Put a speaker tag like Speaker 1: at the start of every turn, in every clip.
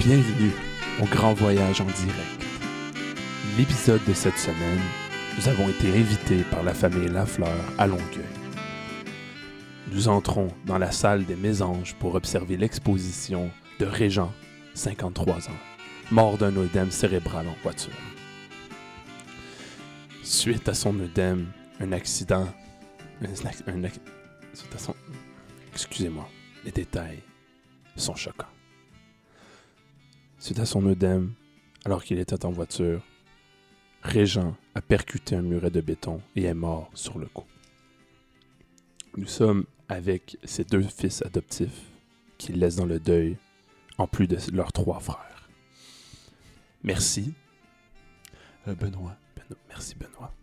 Speaker 1: Bienvenue au Grand Voyage en direct. L'épisode de cette semaine, nous avons été invités par la famille Lafleur à Longueuil. Nous entrons dans la salle des Mésanges pour observer l'exposition de Régent, 53 ans, mort d'un œdème cérébral en voiture. Suite à son œdème, un accident. Un, ac- un ac- suite à son- Excusez-moi, les détails sont choquants. Suite à son œdème, alors qu'il était en voiture, Régent a percuté un muret de béton et est mort sur le coup. Nous sommes avec ses deux fils adoptifs qu'il laisse dans le deuil, en plus de leurs trois frères. Merci. Euh, Benoît. Beno- Merci Benoît.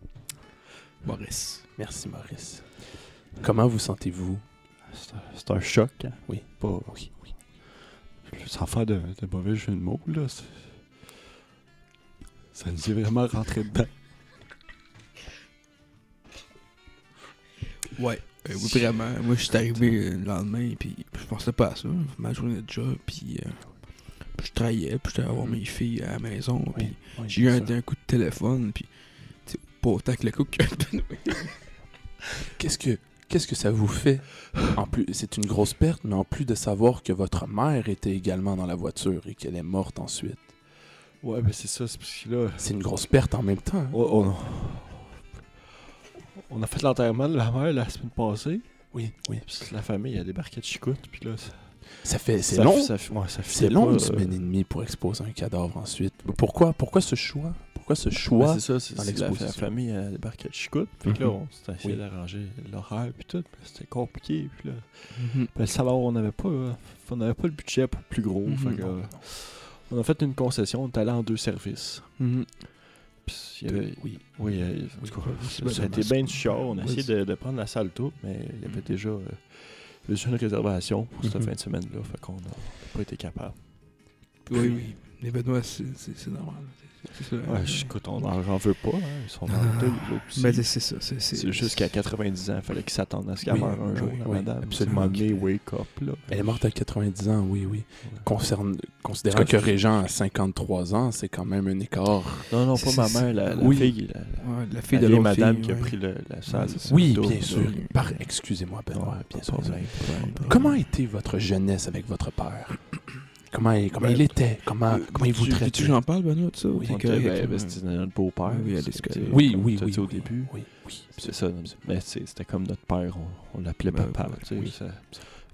Speaker 2: Maurice.
Speaker 1: Merci Maurice. Comment vous sentez-vous?
Speaker 2: C'est un- c'est un choc. hein.
Speaker 1: Oui.
Speaker 2: Pas,
Speaker 1: Oui, oui.
Speaker 2: sans faire de, de mauvais jeu de mots, là. c'est- Ça nous est vraiment rentré dedans.
Speaker 3: Ouais, euh, oui, vraiment. Moi, je suis arrivé euh, le lendemain, puis je pensais pas à ça. Ma journée de job, puis euh, je travaillais, puis j'étais à voir mes filles à la maison, puis j'ai eu un, un coup de téléphone, puis tu sais, pas autant que le coup que
Speaker 1: Qu'est-ce que qu'est-ce que ça vous fait En plus, c'est une grosse perte, mais en plus de savoir que votre mère était également dans la voiture et qu'elle est morte ensuite,
Speaker 2: Ouais, mais c'est ça, c'est parce que là.
Speaker 1: c'est une grosse perte en même temps. hein.
Speaker 2: On, on- on a fait l'enterrement de la mère la semaine passée.
Speaker 1: Oui, oui.
Speaker 2: Puis la famille a débarqué de Chicout. Puis là, ça-
Speaker 1: Ça fait c'est
Speaker 2: ça-
Speaker 1: long.
Speaker 2: ça- ouais, ça
Speaker 1: C'est
Speaker 2: fitait
Speaker 1: long
Speaker 2: pas,
Speaker 1: une
Speaker 2: euh,
Speaker 1: semaine et demie pour exposer un cadavre ensuite. Pourquoi pourquoi ce choix Pourquoi ce
Speaker 2: mais
Speaker 1: choix
Speaker 2: c'est ça, c'est
Speaker 1: dans
Speaker 2: c'est la,
Speaker 1: l'exposition.
Speaker 2: la famille a débarqué de Chicout. Fait que là,
Speaker 1: Mhm.
Speaker 2: on s'est essayé
Speaker 1: Oui.
Speaker 2: d'arranger l'horaire puis tout. mais C'était compliqué. Puis là,
Speaker 3: Mhm.
Speaker 2: Ben, le salaire, on n'avait pas, euh, on n'avait pas le budget pour plus gros.
Speaker 3: Mhm.
Speaker 2: fait que,
Speaker 1: Non,
Speaker 2: euh,
Speaker 1: non.
Speaker 2: on a fait une concession, on est allé en deux services.
Speaker 3: Mhm.
Speaker 2: Puis, il y avait-
Speaker 1: Euh, Oui.
Speaker 2: oui, euh, en tout cas,
Speaker 3: ben,
Speaker 2: ça a été
Speaker 3: ben,
Speaker 2: bien du chiard. On a
Speaker 3: oui,
Speaker 2: essayé de, de prendre la salle tout, mais il y avait
Speaker 3: Mhm.
Speaker 2: déjà euh, déjà une réservation pour cette
Speaker 1: Mhm.
Speaker 2: fin de semaine-là. Fait qu'on n'a pas été capable.
Speaker 3: Oui, oui. Les Benoît, c'est c'est- c'est normal. C'est- c'est- c'est ça.
Speaker 2: Ouais, je- écoute, on n'en j'en veux pas. hein, Ils sont dans le deuil, eux autres aussi.
Speaker 3: Ben, c'est c'est ça. c'est-
Speaker 2: C'est juste qu'à 90 ans, il fallait qu'ils s'attendent à ce qu'elle
Speaker 1: Oui,
Speaker 2: meure un jour,
Speaker 1: oui,
Speaker 2: la
Speaker 1: oui,
Speaker 2: madame.
Speaker 1: absolument.
Speaker 2: Un moment donné, wake up, là.
Speaker 1: Elle est morte à 90 ans, oui, oui.
Speaker 2: Ouais.
Speaker 1: Concerne,
Speaker 2: En
Speaker 1: considérant
Speaker 2: tout
Speaker 1: que
Speaker 2: cas,
Speaker 1: Régent a 53 ans, c'est quand même un écart.
Speaker 2: Non, non,
Speaker 3: C'est-
Speaker 2: pas ma
Speaker 3: c'est-
Speaker 2: mère, la, la
Speaker 3: oui.
Speaker 2: fille. la- la-
Speaker 3: Ouais, la
Speaker 2: La
Speaker 3: fille de
Speaker 2: vieille
Speaker 3: l'autre
Speaker 2: madame
Speaker 3: fille,
Speaker 2: qui a
Speaker 3: ouais.
Speaker 2: pris le- la salle.
Speaker 3: c'est ça.
Speaker 1: Oui,
Speaker 2: Donc,
Speaker 1: bien
Speaker 2: donc,
Speaker 1: sûr.
Speaker 3: oui.
Speaker 1: Par- Excusez-moi, Benoît.
Speaker 2: Ah, ouais,
Speaker 1: bien
Speaker 2: pas
Speaker 1: sûr.
Speaker 2: de problème, pas de problème.
Speaker 1: Comment était votre jeunesse avec votre père? Comment, il- comment
Speaker 3: Ben,
Speaker 1: il était? Comment, comment il vous
Speaker 3: Tu- tu-
Speaker 1: traitait?
Speaker 3: J'en parle, Benoît, de ça.
Speaker 1: Oui,
Speaker 3: T'es
Speaker 2: Ok,
Speaker 3: correct,
Speaker 2: ben,
Speaker 3: ouais.
Speaker 2: ben, c'était notre beau-père.
Speaker 3: Oui, oui, à
Speaker 2: c'est-
Speaker 3: l'école.
Speaker 2: c'est-
Speaker 1: Oui,
Speaker 2: comme
Speaker 1: oui,
Speaker 2: t'as
Speaker 1: oui.
Speaker 2: dit au
Speaker 1: oui,
Speaker 2: début.
Speaker 1: Oui, oui.
Speaker 2: C'est ça. Mais c'est- c'était comme notre père. On, on l'appelait
Speaker 3: Ben,
Speaker 2: papa.
Speaker 3: ouais,
Speaker 2: tu sais,
Speaker 3: oui.
Speaker 2: Ça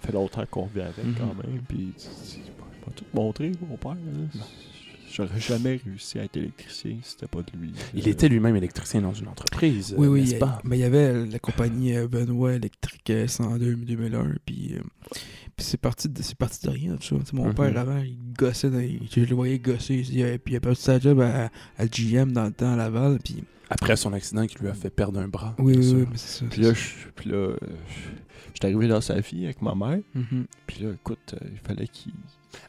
Speaker 2: fait longtemps qu'on vit avec
Speaker 3: Mhm.
Speaker 2: quand même. Puis, c'est pas- pas tout montré, mon père. là. J'aurais jamais réussi à être électricien si c'était pas de lui.
Speaker 1: Il
Speaker 2: Euh,
Speaker 1: était lui-même électricien dans une entreprise,
Speaker 3: Oui,
Speaker 1: euh,
Speaker 3: oui,
Speaker 1: n'est-ce
Speaker 3: il y a-
Speaker 1: pas?
Speaker 3: mais il y avait la compagnie euh, Benoît Électrique euh, 102 2001, puis, euh, puis c'est parti, de- c'est parti de rien, tu vois. Tu sais, mon
Speaker 1: Mhm.
Speaker 3: père, avant, il gossait, dans les- je le voyais gosser, il, il, puis il a perdu sa job à, à GM dans le temps à Laval, puis...
Speaker 1: Après son accident qui lui a fait perdre un bras.
Speaker 3: Oui,
Speaker 1: bien
Speaker 3: oui,
Speaker 1: sûr.
Speaker 3: oui, mais c'est ça.
Speaker 2: Puis là, je puis là, euh, je- j'étais arrivé dans sa vie avec ma mère.
Speaker 3: Mhm.
Speaker 2: Puis là, écoute, euh, il fallait qu'il.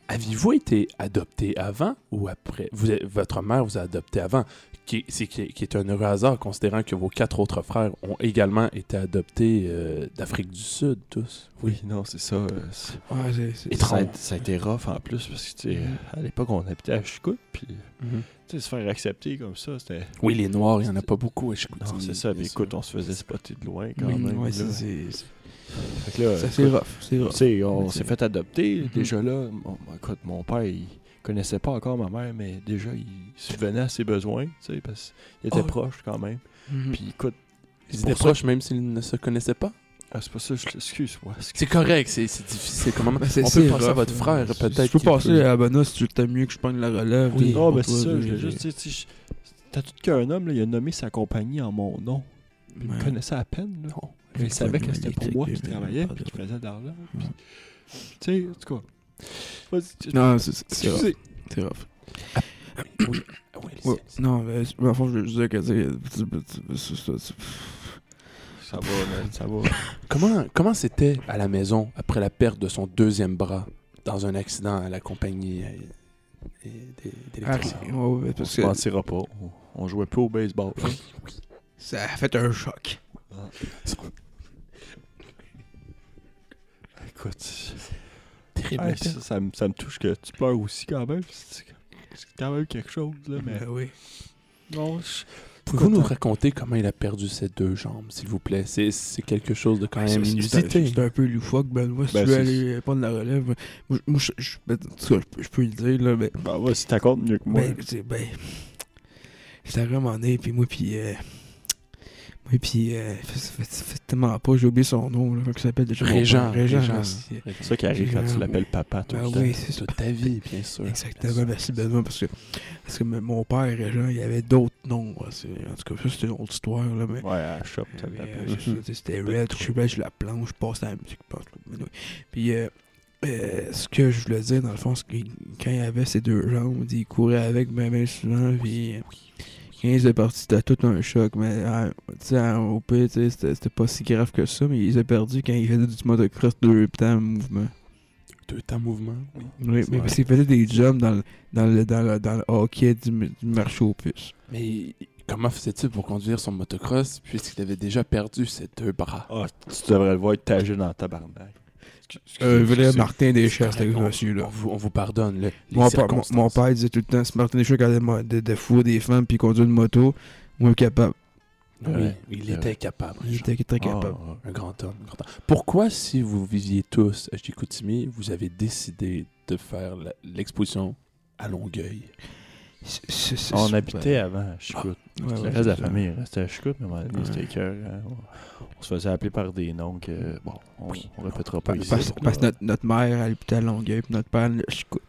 Speaker 1: Aviez-vous été adopté avant ou après? Vous, êtes- votre mère vous a adopté avant, qui, est- c'est, qui, est- qui est un heureux hasard, considérant que vos quatre autres frères ont également été adoptés euh, d'Afrique du Sud, tous.
Speaker 2: Oui, non, c'est ça. euh, c'est-
Speaker 3: Ouais, c'est- c'est-
Speaker 1: Étrange.
Speaker 2: ça, a, ça a été rough en plus parce que, tu sais,
Speaker 3: Mhm.
Speaker 2: à l'époque, on habitait à Chicout. Puis, tu sais, se faire accepter comme ça, c'était.
Speaker 1: Oui, les Noirs, il n'y en a pas beaucoup à
Speaker 3: Ah,
Speaker 1: Chicoutimi.
Speaker 2: Non, c'est ça. Puis
Speaker 1: bien
Speaker 2: écoute, on se faisait spotter de loin quand
Speaker 3: Oui,
Speaker 2: même.
Speaker 3: ouais,
Speaker 2: là.
Speaker 3: c'est- c'est- c'est-
Speaker 2: Fait que là,
Speaker 3: ça,
Speaker 2: écoute,
Speaker 3: c'est rough, c'est
Speaker 2: tu
Speaker 3: rough.
Speaker 2: sais, on
Speaker 3: Mais
Speaker 2: s'est
Speaker 3: c'est-
Speaker 2: fait adopter.
Speaker 3: Mhm.
Speaker 2: Déjà là, mon, mon- écoute, mon père, il connaissait pas encore ma mère, mais déjà, il subvenait à ses besoins, tu sais, parce qu'il
Speaker 3: Ah
Speaker 2: était
Speaker 1: Oh.
Speaker 2: proche quand même.
Speaker 3: Mhm.
Speaker 2: Puis écoute,
Speaker 1: Ils
Speaker 2: c'est
Speaker 1: étaient
Speaker 2: pour ça-
Speaker 1: proches même s'ils ne se connaissaient pas?
Speaker 2: Ah, c'est pas ça, je excuse-moi. excuse-
Speaker 1: C'est correct, c'est c'est difficile. Comment...
Speaker 3: Ben, c'est-
Speaker 1: on
Speaker 3: c'est
Speaker 1: peut penser à
Speaker 3: rough, euh,
Speaker 1: votre
Speaker 3: là.
Speaker 1: frère,
Speaker 3: Si
Speaker 1: peut-être.
Speaker 3: Tu peux
Speaker 1: qu'il peut-
Speaker 3: passer à Benoît si tu t'aimes mieux que je prenne la relève.
Speaker 1: Oui.
Speaker 3: t'es-
Speaker 2: Non,
Speaker 3: pour
Speaker 2: mais c'est
Speaker 3: toi,
Speaker 2: ça,
Speaker 3: t'es-
Speaker 2: je l'ai juste, tu sais, tu sais, je- t'as tout qu'un homme, là, il a nommé sa compagnie en mon nom. Il
Speaker 3: Ouais.
Speaker 2: me connaissait à peine, là.
Speaker 1: Non.
Speaker 2: Il savait que c'était pour moi
Speaker 3: Électrique,
Speaker 2: qu'il
Speaker 3: mais-
Speaker 2: travaillait, puis qu'il faisait de l'argent. puis- Tu sais, en tout cas. Vas-y,
Speaker 3: Non, c'est- c'est c'est rough,
Speaker 2: Excusez.
Speaker 3: c'est rough.
Speaker 1: Oui, oui,
Speaker 3: Ouais.
Speaker 1: Ah c'est-
Speaker 3: Non, mais je- mais en fond, je veux juste dire que tu sais, c'est- c'est-
Speaker 2: Ça va, man, ça va.
Speaker 1: Comment comment c'était à la maison après la perte de son deuxième bras dans un accident à la compagnie euh, euh, d'é- d'électricien?
Speaker 3: Ah, ouais, ouais,
Speaker 2: On
Speaker 3: parce
Speaker 2: se
Speaker 3: que
Speaker 2: mentira pas. On, on jouait plus au baseball.
Speaker 3: ça a fait un choc.
Speaker 2: Écoute,
Speaker 3: crime.
Speaker 2: Hey,
Speaker 3: la peine.
Speaker 2: ça, ça me- ça me touche que tu pleures aussi quand même. C'est c'est quand même quelque chose, là, mais.
Speaker 3: Ben oui.
Speaker 2: Non, je-
Speaker 1: Pouvez-vous nous
Speaker 2: Écoute,
Speaker 1: raconter comment il a perdu ses deux jambes, s'il vous plaît? C'est, c'est quelque chose de quand
Speaker 3: Ah, C'est-
Speaker 1: même
Speaker 3: c'est-
Speaker 1: inusité.
Speaker 3: C'est un peu loufoque, Benoît. Si
Speaker 2: Ben,
Speaker 3: tu veux
Speaker 2: c'est-
Speaker 3: aller prendre la relève, moi, moi, je, je- ben, en tout cas, je, je peux le dire, là, mais.
Speaker 2: Bah ouais, si t'accordes mieux que moi.
Speaker 3: Ben, c'est ben. J'étais vraiment né, puis moi, puis. euh, moi, puis. euh, ça fait- ça fait tellement pas, j'ai oublié son nom, là, comment il s'appelle déjà. mon
Speaker 1: Régent,
Speaker 3: père. Régent.
Speaker 1: Régent.
Speaker 3: merci.
Speaker 2: c'est ça qui arrive quand tu l'appelles papa tout
Speaker 3: Ben
Speaker 2: le temps.
Speaker 3: oui, c'est ça.
Speaker 1: Toute ta vie, bien sûr.
Speaker 3: Exactement, merci Benoît, parce que, parce que m- mon père, Régent, il avait d'autres noms. là, c'est- en tout cas, ça, c'est une autre histoire, là, mais.
Speaker 2: Ouais, à la shop, ça
Speaker 3: Mais,
Speaker 2: l'appelle.
Speaker 3: euh, c'est ça,
Speaker 1: Mhm.
Speaker 3: tu sais, C'était Red, je suis je la planche, je passe à la musique. je passe, mais anyway. Puis, euh, euh, ce que je voulais dire, dans le fond, c'est que quand il avait ses deux jambes, il courait avec ben ben souvent, puis euh, quand il s'est parti, c'était tout un choc. Mais euh, tu sais, en OP, tu sais, c'était c'était pas si grave que ça, mais il s'est perdu quand il faisait du motocross deux temps mouvement.
Speaker 1: Deux temps mouvement, oui.
Speaker 3: Oui,
Speaker 1: C'est
Speaker 3: mais
Speaker 1: vrai.
Speaker 3: parce qu'il faisait des jumps dans le, dans le, dans le, dans le hockey du, m- du marché aux puces.
Speaker 1: Mais comment faisait-il pour conduire son motocross puisqu'il avait déjà perdu ses deux bras?
Speaker 2: Ah, tu devrais le voir tager dans ta barnaque.
Speaker 3: Un vrai Martin Deschamps,
Speaker 1: C'est
Speaker 3: c'était
Speaker 1: correct,
Speaker 3: ce
Speaker 1: on-
Speaker 3: monsieur-là.
Speaker 1: On vous, on vous pardonne. le- les
Speaker 3: Mon, père- mon,
Speaker 1: circonstances.
Speaker 3: mon père disait tout le temps, si Martin Deschamps quand de, de, de fourrer des femmes puis conduire une moto, moi capable.
Speaker 1: Oui,
Speaker 2: Ouais,
Speaker 1: il
Speaker 2: c'est
Speaker 1: était capable.
Speaker 3: Il
Speaker 1: Jean.
Speaker 3: était très
Speaker 2: Ah,
Speaker 3: capable.
Speaker 1: Un grand homme. un grand homme. Pourquoi, si vous viviez tous à Chicoutimi, vous avez décidé de faire la- l'exposition à Longueuil?
Speaker 3: C'est- c'est- c'est-
Speaker 2: On
Speaker 3: c'est-
Speaker 2: habitait avant à Chicout.
Speaker 3: Ouais, ouais,
Speaker 2: le
Speaker 3: c'est
Speaker 2: reste de la
Speaker 3: ça.
Speaker 2: famille restait à Chicout, mais à un moment donné,
Speaker 3: Ouais.
Speaker 2: c'était cœur. euh, On se faisait appeler par des noms que, bon, on,
Speaker 1: Oui.
Speaker 2: on répétera pas
Speaker 3: Pa-
Speaker 2: ici.
Speaker 3: Parce,
Speaker 1: pour
Speaker 3: parce que
Speaker 1: moi.
Speaker 3: notre, notre mère, elle habitait à Longueuil, puis notre père, le Chicout.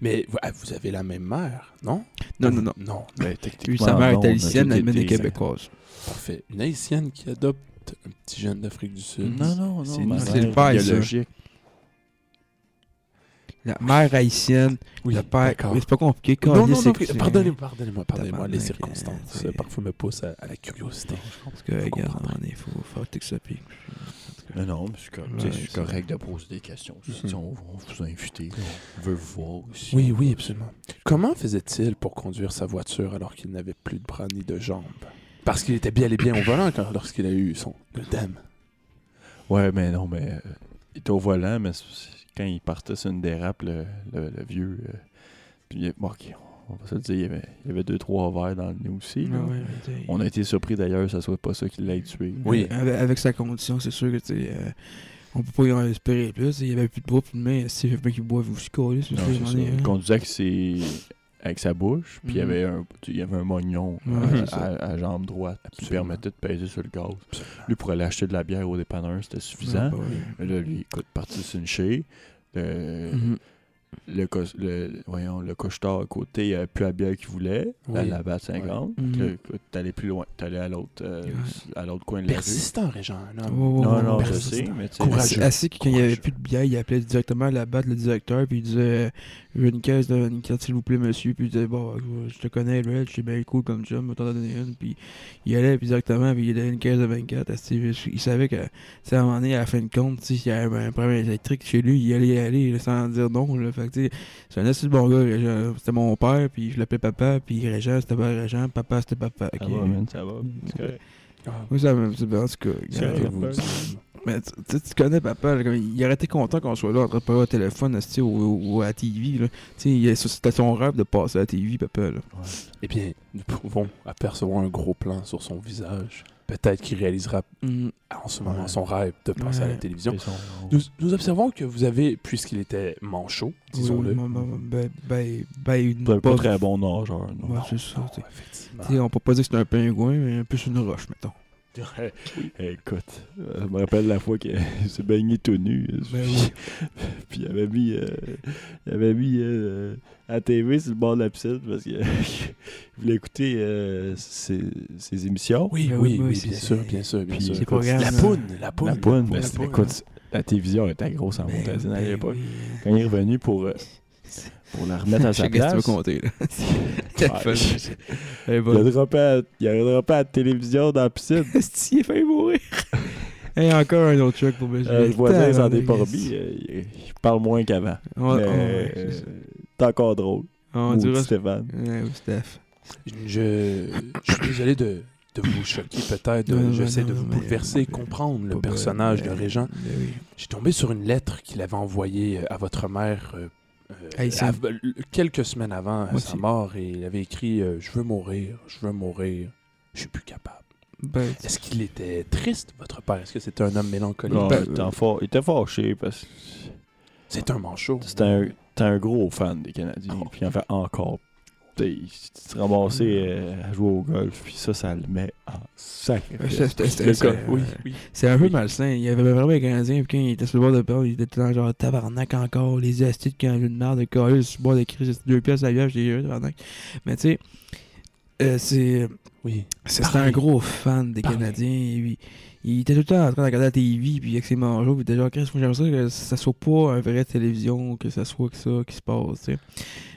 Speaker 1: Mais vous- ah, vous avez la même mère, non?
Speaker 3: Non, non, non.
Speaker 1: Non,
Speaker 2: Ben, techniquement,
Speaker 3: Lui, sa mère
Speaker 2: non, on
Speaker 3: est
Speaker 2: a
Speaker 3: haïtienne,
Speaker 2: tous
Speaker 3: la mienne est
Speaker 2: été-
Speaker 3: québécoise.
Speaker 1: parfait. Une haïtienne qui adopte un petit jeune d'Afrique du Sud.
Speaker 2: Non, non,
Speaker 1: C'est
Speaker 2: non. ma
Speaker 1: une-
Speaker 3: c'est
Speaker 2: mère
Speaker 3: le père, ça.
Speaker 2: biologique.
Speaker 3: La mère haïtienne,
Speaker 1: Oui,
Speaker 3: le père.
Speaker 1: d'accord.
Speaker 3: Mais c'est pas compliqué.
Speaker 1: Non,
Speaker 3: câlisse,
Speaker 1: non, non,
Speaker 3: c'est-
Speaker 1: que-
Speaker 3: c'est-
Speaker 1: pardonnez-moi, pardonnez-moi, pardonnez-moi. Les
Speaker 3: Tabarnak, euh,
Speaker 1: circonstances
Speaker 3: c'est-
Speaker 1: euh, parfois me poussent à, à la curiosité.
Speaker 3: Parce que,
Speaker 1: Je comprends.
Speaker 3: regarde, on est fou, faut que ça pique.
Speaker 2: Non, non, mais c'est cor-
Speaker 3: Ouais,
Speaker 2: tu sais, c'est Mm-hmm.
Speaker 3: c'est-
Speaker 2: correct de poser des questions. Si
Speaker 1: Mhm.
Speaker 2: tu- on, on vous a invité, on veut vous voir aussi.
Speaker 1: Oui, oui, absolument. Comment faisait-il pour conduire sa voiture alors qu'il n'avait plus de bras ni de jambes Parce qu'il était bien et bien au volant quand- lorsqu'il a eu son le dame.
Speaker 2: Ouais, mais non, mais euh, il était au volant, mais c'est- c'est- quand il partait sur une dérape, le, le- le vieux. euh, puis il- bon, ok, on va se le dire, il y avait, il y avait deux, trois verres dans le nez aussi. là. On a été surpris d'ailleurs, ça soit pas ça qui l'a tué. Euh,
Speaker 1: Oui.
Speaker 3: Euh, Avec, avec sa condition, c'est sûr que tu sais, euh, on peut pas y en espérer plus. Il y avait plus de bois, plus de main. Si je veux pas qu'ils boivent aussi, coller, c'est
Speaker 2: Non,
Speaker 3: sûr.
Speaker 2: c'est ça. Il
Speaker 3: hein.
Speaker 2: conduisait avec, ses- avec sa bouche, puis il y
Speaker 3: Mhm.
Speaker 2: avait un, tu- il y avait un mognon
Speaker 3: Ouais,
Speaker 2: euh,
Speaker 3: c'est
Speaker 2: à, à jambe droite qui lui
Speaker 1: Absolument.
Speaker 2: permettait de peser sur le gaz. Lui, pour aller acheter de la bière au dépanneur, c'était suffisant. Mais là, lui, écoute, parti sur une chie.
Speaker 3: Hmm.
Speaker 2: Le,
Speaker 3: Mhm.
Speaker 2: le, cos- le, voyons, le couche-tard à côté, il n'y avait plus la bière qu'il voulait.
Speaker 1: Oui.
Speaker 2: La, la batte 50.
Speaker 3: Ouais. Mhm.
Speaker 2: Là, écoute, T'allais plus loin. T'allais à l'autre euh,
Speaker 3: Ouais.
Speaker 2: à l'autre coin de la rue.
Speaker 1: Persistant, Régent, un homme.
Speaker 3: Oh, oh,
Speaker 2: Non,
Speaker 3: oh,
Speaker 2: non, je
Speaker 1: persistant.
Speaker 2: sais, mais tu sais,
Speaker 1: Courageux.
Speaker 3: Assez, assez que quand il n'y avait
Speaker 1: Courageux.
Speaker 3: plus de bière, il appelait directement à la batte le directeur, puis il disait euh, Je veux une caisse de 24, s'il vous plaît, monsieur. Puis il disait Bon, euh, je te connais, Red, je suis bien cool comme chum, va t'en donner une. Puis il allait, puis directement, puis il donnait une caisse de 24. Assez, Il savait que, tu sais, à un moment donné, à la fin de compte, tu sais, s'il y avait un problème électrique chez lui, il allait y aller là, sans dire non. Là. Fait que, tu sais, c'est un assez bon gars, Régent. C'était mon père, puis je l'appelais papa, puis Régent, c'était pas Régent, papa, c'était papa.
Speaker 2: Ça
Speaker 3: Ok.
Speaker 2: va, man, ça va. C'est correct.
Speaker 1: Ah,
Speaker 3: Oui, ça, me- oh, c'est en tout cas.
Speaker 2: C'est
Speaker 3: euh,
Speaker 2: vrai.
Speaker 1: vous-
Speaker 3: mais tu tu sais, tu connais papa, là, comme il aurait été content qu'on soit là en train de parler au téléphone esti, ou, ou- ou à la TV. là. Tu sais, il est- C'était son rêve de passer à la TV, papa. Là.
Speaker 2: Ouais.
Speaker 1: Eh bien, nous pouvons apercevoir un gros plan sur son visage. Peut-être qu'il réalisera
Speaker 3: Mm.
Speaker 1: en ce moment
Speaker 2: Ouais.
Speaker 1: son rêve de passer à la
Speaker 3: Ouais.
Speaker 1: télévision.
Speaker 2: Ils sont-
Speaker 1: Nous, nous observons que vous avez, puisqu'il était manchot, disons-le.
Speaker 3: Oui, oui, maman, Ben, ben, ben,
Speaker 2: Pas,
Speaker 3: pas-
Speaker 2: pas très bon nageur, non.
Speaker 3: Ouais, c'est ça. tu sais.
Speaker 1: Ah, effectivement.
Speaker 3: Tu sais, on peut pas dire que c'est un pingouin, mais un peu sur une roche, mettons.
Speaker 2: Écoute, euh, je me rappelle la fois qu'il s'est baigné tout nu. euh,
Speaker 3: Ben
Speaker 2: puis, puis il avait mis, euh, il avait mis euh, à TV sur le bord de la piscine parce qu'il voulait écouter euh, ses, ses émissions.
Speaker 1: Oui,
Speaker 3: Ben
Speaker 1: oui,
Speaker 3: oui,
Speaker 1: oui,
Speaker 3: c'est-
Speaker 1: bien sûr, bien sûr, bien
Speaker 2: Puis-
Speaker 1: sûr.
Speaker 2: c'est
Speaker 1: Écoute,
Speaker 3: programme,
Speaker 1: La
Speaker 3: euh,
Speaker 1: poune, la poune.
Speaker 2: La poune,
Speaker 3: la
Speaker 2: mais c'est-
Speaker 3: poune.
Speaker 2: écoute, la télévision était grosse en montagne à
Speaker 3: Ben
Speaker 2: l'époque.
Speaker 3: oui.
Speaker 2: Quand il est revenu pour, euh, pour la remettre à
Speaker 3: Je
Speaker 2: sa
Speaker 3: sais qu'est-ce que tu
Speaker 2: place,
Speaker 3: vas compter. là. Eh,
Speaker 2: Ouais.
Speaker 3: Elle est
Speaker 2: il
Speaker 3: bonne.
Speaker 2: a droppé à- il a droppé à la télévision dans la piscine.
Speaker 3: Esti, il a failli mourir. Et encore un autre truc pour me
Speaker 2: Euh, le voisin, il s'en est pas remis, euh, il il parle moins qu'avant.
Speaker 3: On,
Speaker 2: mais
Speaker 3: ouais, c'est
Speaker 2: euh,
Speaker 3: ça.
Speaker 2: c'est encore drôle.
Speaker 3: on
Speaker 2: Maudit
Speaker 3: dira.
Speaker 2: Stéphane.
Speaker 3: Ouais, ou Steph.
Speaker 1: Je, je suis désolé de, de vous choquer peut-être,
Speaker 3: Non,
Speaker 1: de-
Speaker 3: non,
Speaker 1: j'essaie
Speaker 3: non,
Speaker 1: de vous
Speaker 3: non, mais- euh,
Speaker 1: bouleverser, comprendre le
Speaker 3: Pas
Speaker 1: personnage de
Speaker 3: ben, ben,
Speaker 1: Régent.
Speaker 3: ben oui.
Speaker 1: J'ai tombé sur une lettre qu'il avait envoyée euh, à votre mère euh, euh,
Speaker 3: Hey, ça-
Speaker 1: av- euh, quelques semaines avant euh,
Speaker 3: Moi
Speaker 1: sa
Speaker 3: aussi.
Speaker 1: mort et il avait écrit euh, Je veux mourir, je veux mourir, je suis plus capable.
Speaker 3: Ben,
Speaker 1: Est-ce qu'il était triste, votre père Est-ce que c'était un homme mélancolique
Speaker 2: Non,
Speaker 3: Ben,
Speaker 2: il, était
Speaker 3: euh,
Speaker 2: fort- il était fâché parce que
Speaker 1: C'est un manchot.
Speaker 2: c'était un, c'était un gros fan des Canadiens.
Speaker 1: Oh.
Speaker 2: Puis il en fait encore. Tu sais, Il s'est ramassé euh, à jouer au golf. Puis ça, ça le met en sacré.
Speaker 3: ben, c'est- c'est- c'est-
Speaker 2: Le
Speaker 3: c'est-
Speaker 2: golf,
Speaker 1: euh,
Speaker 2: oui, oui.
Speaker 3: C'est un peu malsain. Il avait vraiment un Canadien, puis quand il était sur le bord de perdre, il était dans genre tabarnak encore, les astuces qui ont une merde de coller sur le bord de crise, c'est deux pièces à la vierge, j'ai eu tabarnak. Mais tu sais, euh, c'est.
Speaker 1: Oui.
Speaker 3: C'est c'était
Speaker 1: Parler.
Speaker 3: un gros fan des
Speaker 1: Parler.
Speaker 3: Canadiens. et puis, il était tout le temps en train de regarder la TV, puis avec ses manchots, puis déjà, Chris, moi j'aimerais ça que ça soit pas un vrai télévision, que ça soit que ça qui se passe, tu sais.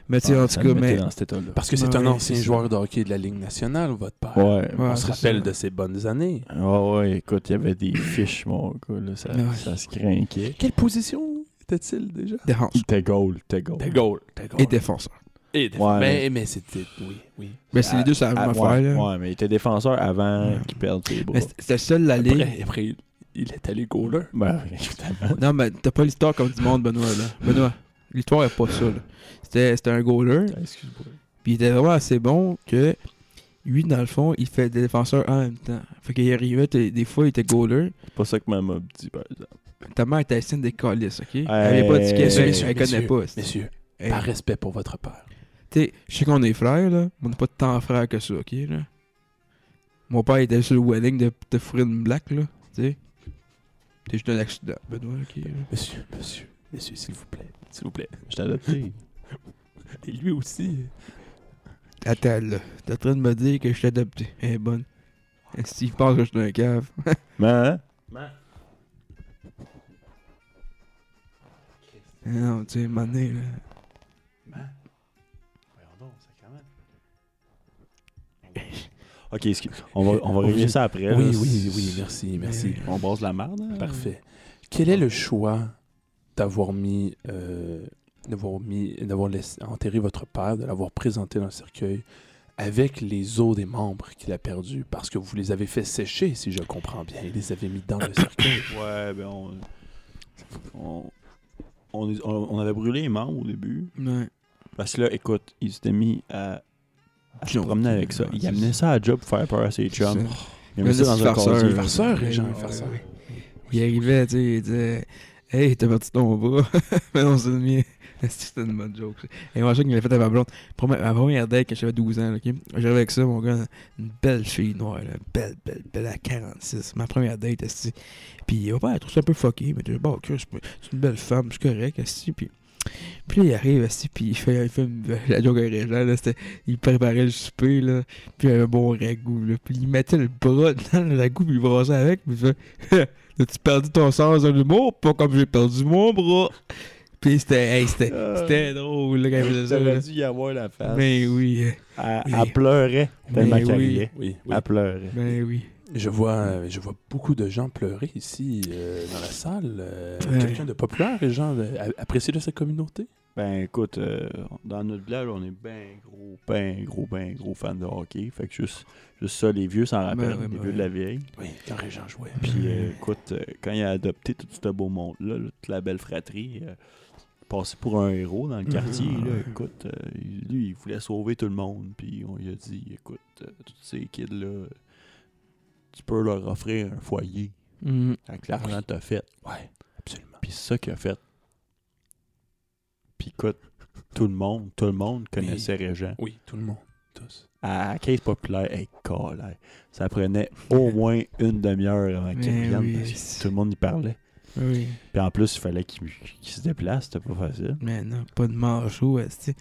Speaker 3: Mais tu sais, en tout
Speaker 2: Ça le
Speaker 3: cas,
Speaker 2: mettait
Speaker 3: mais.
Speaker 2: dans cet état-là.
Speaker 1: Parce que c'est
Speaker 3: Ouais,
Speaker 1: un
Speaker 3: ouais,
Speaker 1: ancien
Speaker 3: c'est ça.
Speaker 1: joueur de hockey de la Ligue nationale, votre père.
Speaker 2: Ouais.
Speaker 1: On
Speaker 3: Ouais,
Speaker 1: se
Speaker 3: c'est
Speaker 1: rappelle
Speaker 3: ça.
Speaker 1: de ses bonnes années.
Speaker 2: Ouais, Ah ouais, écoute, il y avait des fiches, mon gars. là, ça,
Speaker 3: Ouais.
Speaker 2: ça se craquait.
Speaker 1: Quelle position était-il déjà
Speaker 3: Défense.
Speaker 2: Il était goal, il était goal.
Speaker 1: goal.
Speaker 3: Et défenseur.
Speaker 1: Et
Speaker 2: Ouais,
Speaker 1: mais, mais c'était. Oui, oui.
Speaker 3: Mais c'est
Speaker 2: Ah,
Speaker 3: les deux, c'est la
Speaker 2: Ah,
Speaker 3: même
Speaker 2: ouais,
Speaker 3: affaire, là.
Speaker 2: ouais, mais il était défenseur avant
Speaker 3: Ouais.
Speaker 2: qu'il perde ses bras.
Speaker 3: Mais c'était- c'était seul la ligue.
Speaker 1: Après, après, il- il est allé goaler.
Speaker 2: Ben, évidemment.
Speaker 3: Non, mais t'as pas l'histoire comme du monde, Benoît, là. Benoît, l'histoire est pas ça, là. C'était c'était un goaler,
Speaker 2: Excuse-moi.
Speaker 3: puis il était vraiment assez bon que lui, dans le fond, il fait des défenseurs en même temps. Fait qu'il arrivait, t'es- des fois, il était goaler.
Speaker 2: C'est pas ça que ma mob dit, par exemple.
Speaker 3: Ta mère était assine des calices, OK? Elle avait pas dit qu'elle
Speaker 1: messieurs,
Speaker 3: était, elle connaît
Speaker 1: messieurs,
Speaker 3: pas. c'est-
Speaker 1: Messieurs,
Speaker 3: Hey,
Speaker 1: par respect pour votre père.
Speaker 3: t'sais, je sais qu'on est frères, là. mais On n'est pas tant frères que ça, OK, là. Mon père était sur le wedding de te fourrer une blague, là. T'sais. T'es juste un accident, Benoît, OK? là.
Speaker 1: Monsieur, monsieur, monsieur, s'il vous plaît. S'il vous plaît.
Speaker 2: Je t'ai adopté.
Speaker 1: Et lui aussi.
Speaker 3: Attends, là. T'es en train de me dire que je suis adopté. Elle est bonne. S'il pense que je suis un cave.
Speaker 2: Mais, hein?
Speaker 3: Eh, non, tu sais, mané, là.
Speaker 2: Ok, excuse. On va, on va
Speaker 1: Oui.
Speaker 2: régler ça après. là.
Speaker 1: Oui, oui, oui, merci, merci.
Speaker 3: Mais-
Speaker 2: On brasse la merde. hein?
Speaker 1: Parfait. Quel est le choix d'avoir mis, euh, d'avoir mis, d'avoir laissé- enterré votre père, de l'avoir présenté dans le cercueil avec les os des membres qu'il a perdus, parce que vous les avez fait sécher, si je comprends bien, et les avez mis dans le cercueil.
Speaker 2: Ouais, ben, on. On, on, les- on- on avait brûlé les membres au début.
Speaker 3: Ouais.
Speaker 2: Parce que là, écoute, il s'était mis à, à se
Speaker 3: Joke.
Speaker 2: promener avec ça. Il
Speaker 3: Ouais,
Speaker 2: amenait ça à job pour faire peur à ses
Speaker 3: C'est
Speaker 2: chums.
Speaker 3: ça.
Speaker 2: Il amenait ça
Speaker 3: Mais
Speaker 2: dans un
Speaker 3: laisse-le faire
Speaker 2: casier.
Speaker 3: ça.
Speaker 1: farceur, les gens,
Speaker 3: Ouais,
Speaker 1: farceur.
Speaker 3: ouais, ouais. Il arrivait, tu sais, il disait Hey, t'as perdu ton bras. Mais non, c'est le mien. C'était une bonne joke. ça. Et moi, je sais qu'il l'a fait à ma blonde. Première- Ma première date, quand j'avais 12 ans, là, ok? J'arrivais avec ça, mon gars, une belle fille noire, là. Belle, belle, belle, à 46. Ma première date, esti. Puis, mon père, elle trouve ça un peu fucké, mais tu sais, bon, ok, c'est pas- c'est une belle femme, c'est correct, esti. Puis, puis là, il arrive, esti, puis il fait, il fait une- la joke à Régent, là. C'était, il préparait le souper, là. Puis, il avait un bon ragoût, là. Puis, il mettait le bras dans le ragoût, puis il brassait avec, puis il fait, As-tu perdu ton sens de l'humour? Pas comme j'ai perdu mon bras. Puis c'était, hey, c'était,
Speaker 2: Ah.
Speaker 3: c'était drôle là, quand il faisait ça.
Speaker 2: T'aurais
Speaker 3: là.
Speaker 2: dû y avoir la face.
Speaker 3: Mais oui,
Speaker 2: Elle,
Speaker 3: Oui.
Speaker 2: elle pleurait tellement
Speaker 3: Mais
Speaker 2: qu'elle
Speaker 3: oui.
Speaker 2: riait.
Speaker 1: Oui, oui.
Speaker 2: Elle pleurait.
Speaker 3: mais ben oui.
Speaker 1: Je vois, euh, je vois beaucoup de gens pleurer ici euh, dans la salle. Euh,
Speaker 3: Ouais.
Speaker 1: Quelqu'un de populaire, les gens euh, a- appréciés de sa communauté.
Speaker 2: Ben écoute, euh, dans notre village, on est ben gros, ben gros, ben gros fans de hockey. Fait que juste, juste ça, les vieux s'en rappellent,
Speaker 3: ouais,
Speaker 2: les
Speaker 3: ben
Speaker 2: vieux de
Speaker 3: ouais.
Speaker 2: la vieille.
Speaker 1: Oui, quand les gens jouaient.
Speaker 2: Puis euh, écoute, euh, quand il a adopté tout ce beau monde-là, là, toute la belle fratrie, euh, passé pour un héros dans le quartier,
Speaker 3: Mhm.
Speaker 2: là, écoute, euh, lui, il voulait sauver tout le monde. Puis on lui a dit, écoute, euh, tous ces kids-là, tu peux leur offrir un foyer avec l'argent que t'as fait.
Speaker 1: Ouais, absolument.
Speaker 2: Puis c'est ça qu'il a fait. Puis écoute, tout le monde, tout le monde connaissait Régent.
Speaker 1: Oui, tout le monde, tous.
Speaker 2: À 15 populaire, hey, colère. Ça prenait au moins une demi-heure avant qu'il
Speaker 3: Mais
Speaker 2: revienne
Speaker 3: oui,
Speaker 2: parce que
Speaker 3: c'est-
Speaker 2: tout le monde y parlait.
Speaker 3: Ben Oui.
Speaker 2: Puis en plus, il fallait qu'il qu'il se déplace, c'était pas facile.
Speaker 3: Mais non, pas de manchot, esti.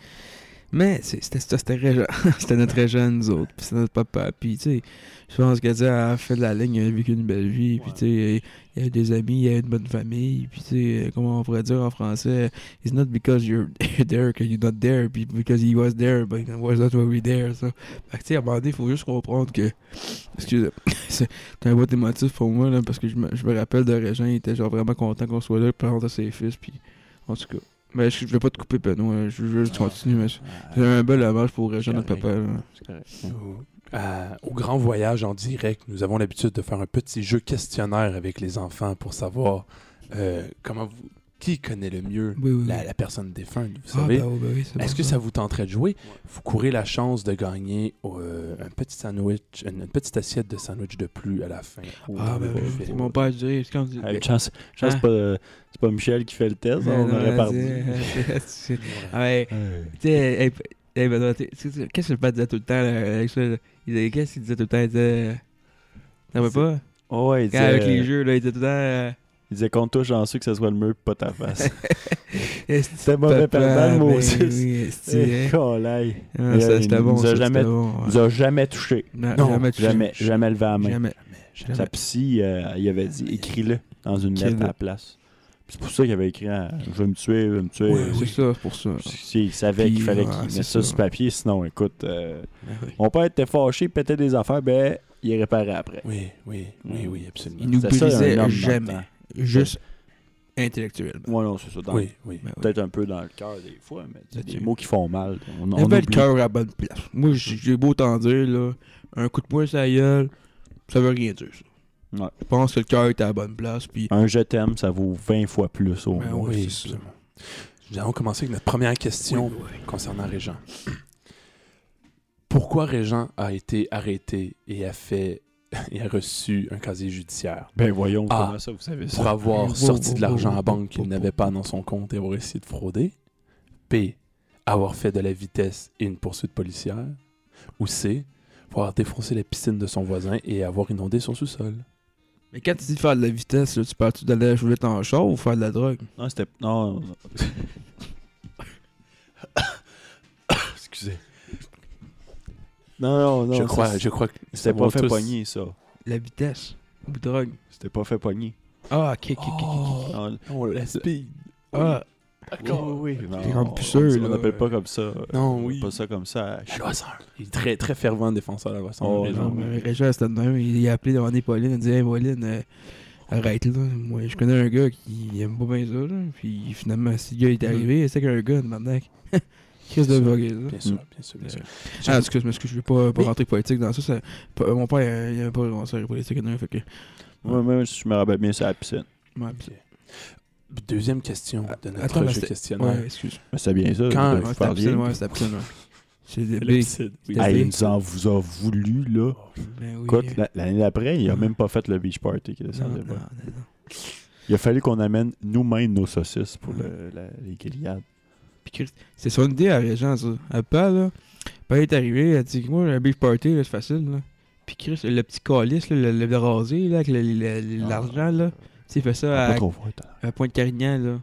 Speaker 3: Mais c'est- c'était ça, c'était régent. c'était notre régent, nous autres. Puis c'était notre papa. Puis tu sais, je pense que tu sais, à la fin de la ligne, il a vécu une belle vie. Puis tu sais, il y a des amis, il y a une bonne famille. Puis tu sais, euh, comment on pourrait dire en français, it's not because you're there que you're not there. Puis because he was there, but he was not really there. Ça. Fait que tu sais, à un moment donné, il faut juste comprendre que. Excusez, c'est c'est un bon émotif pour moi, là, parce que je me, je me rappelle de régent, il était genre vraiment content qu'on soit là, puis on ses fils. Puis en tout cas. Mais je, je vais pas te couper, Benoît. hein. Je veux juste continuer, mais c'est
Speaker 2: Ah,
Speaker 3: c'est un bel hommage pour Régent,
Speaker 2: C'est
Speaker 3: notre
Speaker 2: correct.
Speaker 3: papa. là.
Speaker 2: c'est correct.
Speaker 1: Vous- à- Euh, au grand voyage en direct, nous avons l'habitude de faire un petit jeu questionnaire avec les enfants pour savoir euh, comment vous, qui connaît le mieux
Speaker 3: Oui, oui.
Speaker 1: la, la personne défunte, vous
Speaker 3: ah,
Speaker 1: savez.
Speaker 3: bah, oui, bah oui, c'est
Speaker 1: Est-ce
Speaker 3: bon,
Speaker 1: que ça vous tenterait de jouer? Vous courez la chance de gagner euh, un petit sandwich, une, une petite assiette de sandwich de plus à la fin. ou
Speaker 3: Ah,
Speaker 1: dans
Speaker 3: bah
Speaker 1: le buffet.
Speaker 3: oui. Mon père dirait, c'est quand tu
Speaker 2: Hey, chance, chance
Speaker 3: Hein?
Speaker 2: c'est pas, euh, c'est pas Michel qui fait le test, on aurait perdu.
Speaker 1: Ouais.
Speaker 3: perdu. Ouais,
Speaker 2: Hey.
Speaker 3: tu sais, hey, p- hey, Benoît, t'es- tu sais, qu'est-ce que le père disait tout le temps, là, avec ça, là? Il disait, qu'est-ce qu'il disait tout le temps? Il disait, euh, t'en veux pas?
Speaker 2: Oh, ouais, il
Speaker 3: Quand avec les
Speaker 2: disait,
Speaker 3: jeux, là, il disait tout le temps, euh,
Speaker 2: il disait qu'on touche en ceux que ça soit le mur pis pas ta face.
Speaker 3: Est-ce que
Speaker 2: C'était mauvais
Speaker 3: papa,
Speaker 2: perdant, moi
Speaker 3: ben
Speaker 2: aussi.
Speaker 3: oui, est-ce que- hein?
Speaker 2: Eh, colaille.
Speaker 3: Ah, ça,
Speaker 2: euh, Il
Speaker 3: c'était
Speaker 2: nous
Speaker 3: bon,
Speaker 2: a
Speaker 3: ça, c'était
Speaker 2: jamais-
Speaker 3: bon,
Speaker 2: Il
Speaker 3: ouais.
Speaker 2: nous a jamais touché.
Speaker 3: Non,
Speaker 1: non,
Speaker 3: jamais. touché.
Speaker 2: Jamais, jamais levé la main.
Speaker 3: Jamais.
Speaker 2: Sa
Speaker 3: Jamais.
Speaker 2: psy, euh, il avait dit écris-le dans une
Speaker 3: Ah, Écris-le.
Speaker 2: lettre à la place. Puis C'est pour ça qu'il avait écrit euh, Je vais me tuer, je vais me tuer.
Speaker 3: Oui, c'est ça, c'est pour ça.
Speaker 2: Puis si, il savait
Speaker 3: Puis,
Speaker 2: qu'il fallait
Speaker 3: ouais,
Speaker 2: qu'il
Speaker 3: c'est
Speaker 2: mette ça
Speaker 3: ça.
Speaker 2: sur papier, sinon, écoute, euh,
Speaker 3: Ah oui.
Speaker 2: mon père était fâché, pétait des affaires, ben, il réparait après.
Speaker 1: Oui, oui, oui, oui, absolument.
Speaker 3: Il nous
Speaker 2: C'était ça, un
Speaker 3: brisait
Speaker 2: homme dans le
Speaker 3: jamais.
Speaker 2: temps.
Speaker 3: Juste intellectuellement.
Speaker 2: Ouais, non, c'est ça. dans-
Speaker 1: Oui, oui.
Speaker 3: Ben oui.
Speaker 2: Peut-être un peu dans le cœur des fois, mais tu sais, des
Speaker 3: Là-dessus.
Speaker 2: mots qui font mal. On, on
Speaker 3: On avait le
Speaker 2: oublie.
Speaker 3: cœur à la bonne place. Moi, j- j'ai beau t'en dire, là, un coup de poing sur la gueule, ça veut rien dire, ça.
Speaker 2: Ouais.
Speaker 3: Je pense que le cœur était à la bonne place, puis...
Speaker 2: Un je t'aime, ça vaut 20 fois plus au
Speaker 3: Ben
Speaker 2: moins.
Speaker 1: Oui,
Speaker 3: oui, c'est ça.
Speaker 1: absolument. Nous allons commencer avec notre première question
Speaker 3: Oui, oui.
Speaker 1: concernant Régent. Pourquoi Régent a été arrêté et a fait et a reçu un casier judiciaire
Speaker 4: Ben voyons,
Speaker 1: Ah.
Speaker 4: comment ça, vous savez
Speaker 1: pour
Speaker 4: ça?
Speaker 1: avoir
Speaker 3: Wow,
Speaker 1: sorti
Speaker 3: wow,
Speaker 1: de l'argent
Speaker 3: wow,
Speaker 1: à banque qu'il
Speaker 3: wow,
Speaker 1: n'avait
Speaker 3: wow.
Speaker 1: pas dans son compte et avoir essayé de frauder B. Avoir fait de la vitesse et une poursuite policière Ou C. Avoir défoncé la piscine de son voisin et avoir inondé son sous-sol
Speaker 3: Mais quand tu dis faire de la vitesse, là, tu parles-tu d'aller la roulette en char ou faire de la drogue?
Speaker 2: Non, c'était. Non. non. Excusez. Non, non, non.
Speaker 1: je,
Speaker 2: ça,
Speaker 1: crois,
Speaker 2: c'est-
Speaker 1: je crois que
Speaker 2: C'était pas
Speaker 1: nous
Speaker 2: fait
Speaker 1: tous-
Speaker 2: pogner, ça.
Speaker 3: La vitesse ou drogue?
Speaker 2: C'était pas fait pogner.
Speaker 3: Ah, ok, ok, ok, ok.
Speaker 1: Oh,
Speaker 2: Non,
Speaker 1: on la speed.
Speaker 3: Ah,
Speaker 2: oui, oui.
Speaker 3: T'es comme
Speaker 2: on-
Speaker 3: puceux,
Speaker 2: on-
Speaker 3: là.
Speaker 2: On appelle pas comme ça.
Speaker 1: Non,
Speaker 2: On
Speaker 1: oui.
Speaker 2: appelle Pas ça comme ça.
Speaker 1: La loiseur. euh, Il est très, très fervent défenseur de la loiseur.
Speaker 2: Oh,
Speaker 1: les gens.
Speaker 3: non, mais Régent, c'était le même. Il a appelé devant Pauline, il a dit Hey Pauline, euh, arrête là. Moi, je connais un gars qui aime pas bien ça. Là. Puis finalement, si le gars est arrivé, c'est qu'un gars de Marnac. Chris de Vogue, là.
Speaker 1: Bien sûr, bien sûr, bien sûr.
Speaker 3: Ah, excuse-moi, excuse, je vais pas, pas
Speaker 1: Mais-
Speaker 3: rentrer politique dans ça. ça- pas- mon père, euh, il aime pas rentrer politique. Non, fait que.
Speaker 2: Moi, moi, je me rappelle bien, c'est la piscine.
Speaker 3: Ouais,
Speaker 1: Ok. Deuxième question de notre
Speaker 3: attends, mais
Speaker 1: jeu
Speaker 3: c'est-
Speaker 1: questionnaire.
Speaker 3: ouais, excuse.
Speaker 2: Mais c'est bien ça.
Speaker 1: Quand-
Speaker 2: vous
Speaker 3: Ouais,
Speaker 2: devez
Speaker 3: c'était
Speaker 2: faire
Speaker 3: absurde,
Speaker 2: bien.
Speaker 3: ouais, c'était absurde, ouais. C'est
Speaker 1: C'est
Speaker 3: débile.
Speaker 1: l'absurde, oui.
Speaker 3: Ah,
Speaker 2: Hey,
Speaker 3: oui.
Speaker 2: il nous en vous a voulu, là.
Speaker 3: Ben oui.
Speaker 2: Écoute, la- l'année d'après, il a
Speaker 3: Ouais.
Speaker 2: même pas fait le beach party qui
Speaker 3: non, non,
Speaker 2: descendait
Speaker 3: non,
Speaker 2: pas.
Speaker 3: non.
Speaker 2: Il a fallu qu'on amène nous-mêmes nos saucisses pour le- la- les grillades.
Speaker 3: Puis Christ- C'est son idée à Régent, ça. Elle parle, là. Puis elle est arrivée, elle dit que moi, un beef party, là, c'est facile, là. Puis Chris, le petit calice, là, le, le rasé, là, avec le- le- le-
Speaker 2: Ah.
Speaker 3: l'argent, là. Tu sais, il fait ça
Speaker 2: Pas
Speaker 3: à,
Speaker 2: trop fort, t'as-
Speaker 3: à Pointe-Carignan, là.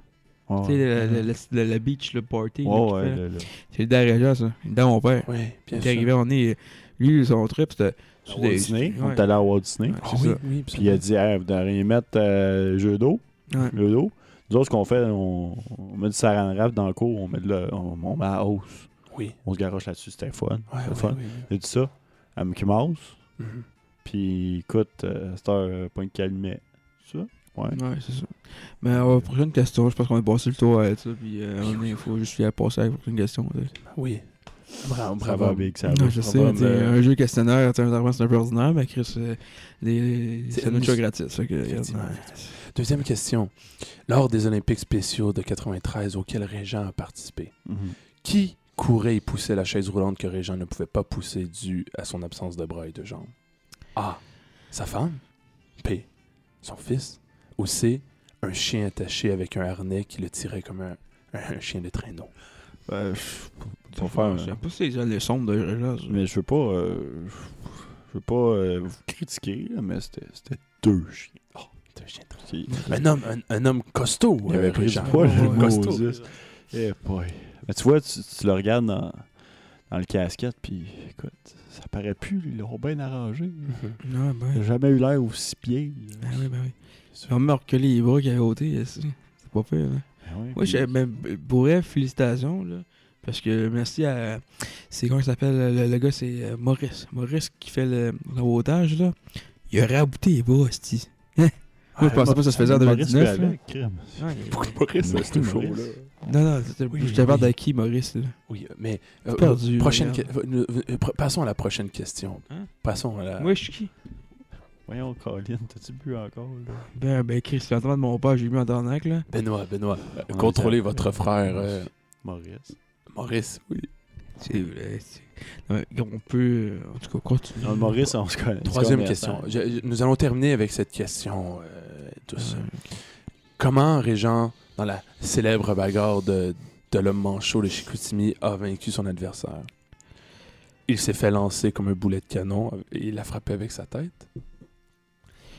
Speaker 2: Ouais,
Speaker 3: Tu sais,
Speaker 2: ouais.
Speaker 3: le- le- le- le- la beach, le party. là,
Speaker 2: Ouais,
Speaker 3: qu'il
Speaker 2: ouais,
Speaker 3: fait, là.
Speaker 2: le- le-
Speaker 3: C'est l'idée à Régent, ça. Dans mon père.
Speaker 1: Oui,
Speaker 3: Il
Speaker 1: bien
Speaker 3: est
Speaker 1: sûr.
Speaker 3: arrivé, on est. Lui, son trip, c'était.
Speaker 2: À Walt Disney. On
Speaker 3: Ouais.
Speaker 2: est allé à Walt Disney.
Speaker 3: Ouais,
Speaker 1: Ah
Speaker 3: c'est
Speaker 1: oui,
Speaker 3: ça.
Speaker 1: oui,
Speaker 2: Puis il a dit, hey, vous devriez mettre euh, jeu d'eau.
Speaker 3: Ouais.
Speaker 2: Jeu d'eau. Nous autres, ce qu'on fait, on, on met du saran wrap dans le cours, on met, de la- on, on met la hausse.
Speaker 1: Oui.
Speaker 2: On se garoche là-dessus, c'était le fun.
Speaker 1: Ouais,
Speaker 2: C'était le
Speaker 1: ouais,
Speaker 2: fun.
Speaker 1: oui, oui.
Speaker 2: J'ai dit ça à Mickey Mouse.
Speaker 1: Mhm.
Speaker 2: Puis écoute, euh, à cette heure, euh, point de calmet. C'est ça? Ouais.
Speaker 3: Ouais, c'est ça. Mais on va prochaine question, je pense qu'on est passé le tour avec ça. Puis euh, on est- il faut juste la passer à la prochaine question. tu sais.
Speaker 1: Oui. Bravo,
Speaker 2: Ça
Speaker 1: bravo.
Speaker 2: va, Big, ça va.
Speaker 3: Non, je
Speaker 1: ça
Speaker 3: sais,
Speaker 1: va,
Speaker 3: t'sais,
Speaker 2: euh,
Speaker 1: mais-
Speaker 3: un jeu questionnaire, t'sais, un c'est un peu ordinaire, mais Chris, euh, les
Speaker 1: C'est
Speaker 3: c'est un
Speaker 1: une-
Speaker 3: show gratis. Fait que, euh,
Speaker 1: Effectivement,
Speaker 3: ouais.
Speaker 1: Deuxième question. Lors des Olympiques spéciaux de 93 auxquels Régent a participé,
Speaker 2: Mhm.
Speaker 1: qui courait et poussait la chaise roulante que Régent ne pouvait pas pousser due à son absence de bras et de jambes A. Sa femme. B. Son fils. Ou C. Un chien attaché avec un harnais qui le tirait comme un, un chien de traîneau.
Speaker 2: Ben, je- pour faire un-
Speaker 3: Je hein. sais pas si les gens les sombres de Régent. ça.
Speaker 2: Mais je veux pas. euh, je veux pas euh, vous critiquer, là, mais c'était c'était deux chiens.
Speaker 1: C'est un chien de traîneau.
Speaker 2: Puis,
Speaker 1: Un homme, un, un homme costaud,
Speaker 2: Il avait
Speaker 1: euh,
Speaker 2: pris du
Speaker 1: Régent.
Speaker 2: poids, le
Speaker 1: Ouais,
Speaker 2: Moses. eh boy. Mais tu vois, tu, tu le regardes dans, dans le casquette, puis écoute, ça paraît plus, ils l'ont bien arrangé.
Speaker 1: Mhm.
Speaker 3: Non, ben.
Speaker 2: Il a jamais eu l'air aussi pied.
Speaker 3: Ben oui, ben oui. On remarque que les bras qu'il avait ôtés, euh, c'est c'est pas pire. Là.
Speaker 2: Ah
Speaker 3: Moi, je, ben, b- pour elle, félicitations. Là, parce que merci à. C'est comment il s'appelle Le, le gars, c'est euh, Maurice. Maurice qui fait le, le ôtage, là. Il a rabouté les bras, c'ti.
Speaker 1: Ah,
Speaker 3: Moi, je pensais pas que ça se faisait en 2019. là.
Speaker 1: Beaucoup d'humoristes à ce
Speaker 3: Maurice.
Speaker 1: show-là.
Speaker 3: Non, non, c'était-
Speaker 1: Oui,
Speaker 3: je te parle
Speaker 1: oui.
Speaker 3: de qui, Maurice, là?
Speaker 1: Oui, mais euh,
Speaker 3: perdu,
Speaker 1: euh, prochaine
Speaker 3: regarde.
Speaker 1: que- euh, euh, euh, passons à la prochaine question.
Speaker 3: Hein?
Speaker 1: Passons à la.
Speaker 3: Moi, je suis qui?
Speaker 2: Voyons, Colin, t'as-tu bu encore, là?
Speaker 3: Ben, ben, Chris, l'entraînement de mon père, j'ai vu en tarnac, là.
Speaker 1: Benoît, Benoît, euh,
Speaker 2: On
Speaker 1: contrôlez
Speaker 2: les a-
Speaker 1: votre frère euh,
Speaker 2: Maurice.
Speaker 1: Maurice. Oui.
Speaker 3: C'est vrai, c'est... Ouais, on peut... euh, En tout cas, continue.
Speaker 2: Non, Maurice, on se connaît. on se
Speaker 1: Troisième
Speaker 2: connaît,
Speaker 1: question.
Speaker 2: ça.
Speaker 1: Je- je- nous allons terminer avec cette question euh, tous.
Speaker 3: Ouais.
Speaker 1: Comment Régent, dans la célèbre bagarre de, de l'homme manchot de Chicoutimi, a vaincu son adversaire Il s'est fait lancer comme un boulet de canon et il l'a frappé avec sa tête.